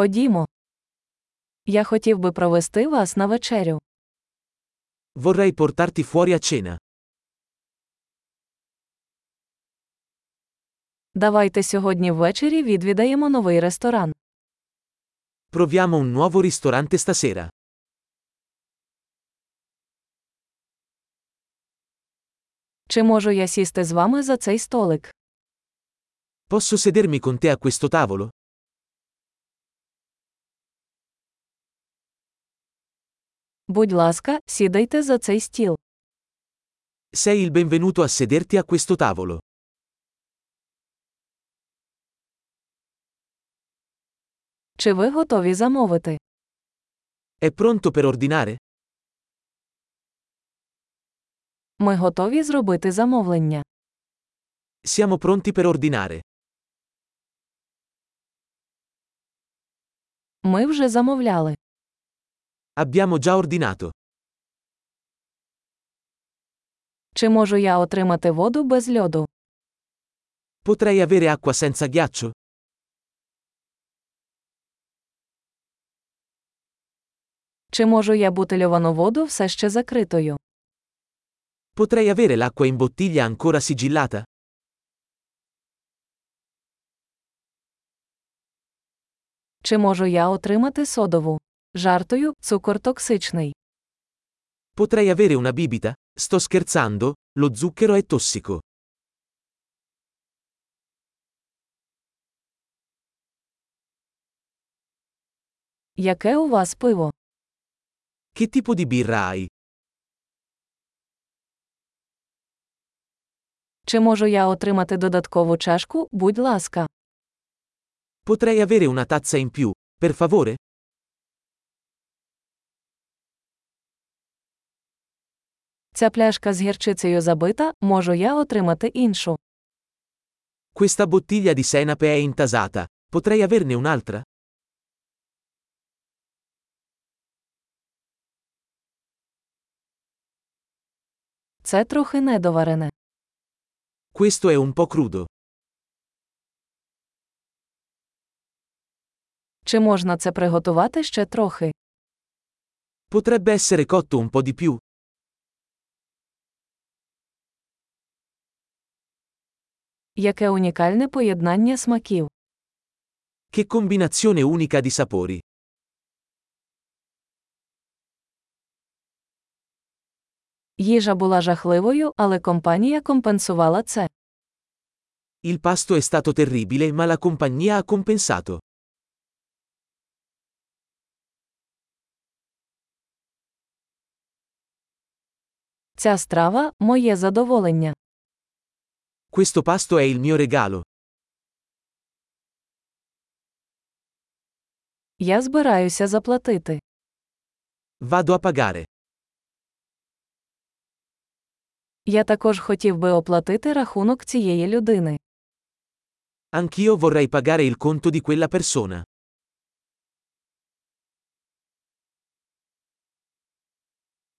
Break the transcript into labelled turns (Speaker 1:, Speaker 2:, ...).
Speaker 1: Ходімо. Я хотів би провести вас на вечерю.
Speaker 2: Vorrei portarti fuori a cena.
Speaker 1: Давайте сьогодні ввечері відвідаємо новий ресторан.
Speaker 2: Proviamo un nuovo ristorante stasera.
Speaker 1: Чи можу я сісти з вами за цей столик?
Speaker 2: Posso sedermi con te a questo tavolo?
Speaker 1: Будь ласка, сідайте за цей стіл.
Speaker 2: Sei il benvenuto a sederti a questo tavolo.
Speaker 1: Чи ви готові замовити?
Speaker 2: È pronto per ordinare?
Speaker 1: Ми готові зробити замовлення.
Speaker 2: Siamo pronti per ordinare.
Speaker 1: Ми вже замовляли.
Speaker 2: Abbiamo già ordinato.
Speaker 1: Чи можу я отримати воду без льоду?
Speaker 2: Potrei avere acqua senza ghiaccio?
Speaker 1: Чи можу я бутильовану воду все ще закритою?
Speaker 2: Potrei avere l'acqua in bottiglia ancora sigillata?
Speaker 1: Чи можу я отримати содову? Жартою, цукор токсичний.
Speaker 2: Potrei avere una bibita? Sto scherzando, lo zucchero è tossico.
Speaker 1: Яке у вас пиво?
Speaker 2: Che tipo di birra hai?
Speaker 1: Чи можу я отримати додаткову чашку, будь ласка.
Speaker 2: Potrei avere una tazza in più, per favore?
Speaker 1: Ця пляшка з гірчицею забита, можу я отримати іншу.
Speaker 2: Questa bottiglia di senape è intasata. Potrei averne un'altra?
Speaker 1: Це трохи недоварене.
Speaker 2: Questo è un po' crudo.
Speaker 1: Чи можна це приготувати ще трохи?
Speaker 2: Potrebbe essere cotto un po' di più.
Speaker 1: Яке унікальне поєднання смаків.
Speaker 2: Che combinazione unica di sapori.
Speaker 1: Їжа була жахливою, але компанія компенсувала це.
Speaker 2: Il pasto è stato terribile, ma la compagnia ha compensato.
Speaker 1: Ця страва моє задоволення.
Speaker 2: Questo pasto è il mio regalo.
Speaker 1: Я збираюся заплатити.
Speaker 2: Vado a pagare.
Speaker 1: Я також хотів би оплатити рахунок цієї людини.
Speaker 2: Anch'io vorrei pagare il conto di quella persona.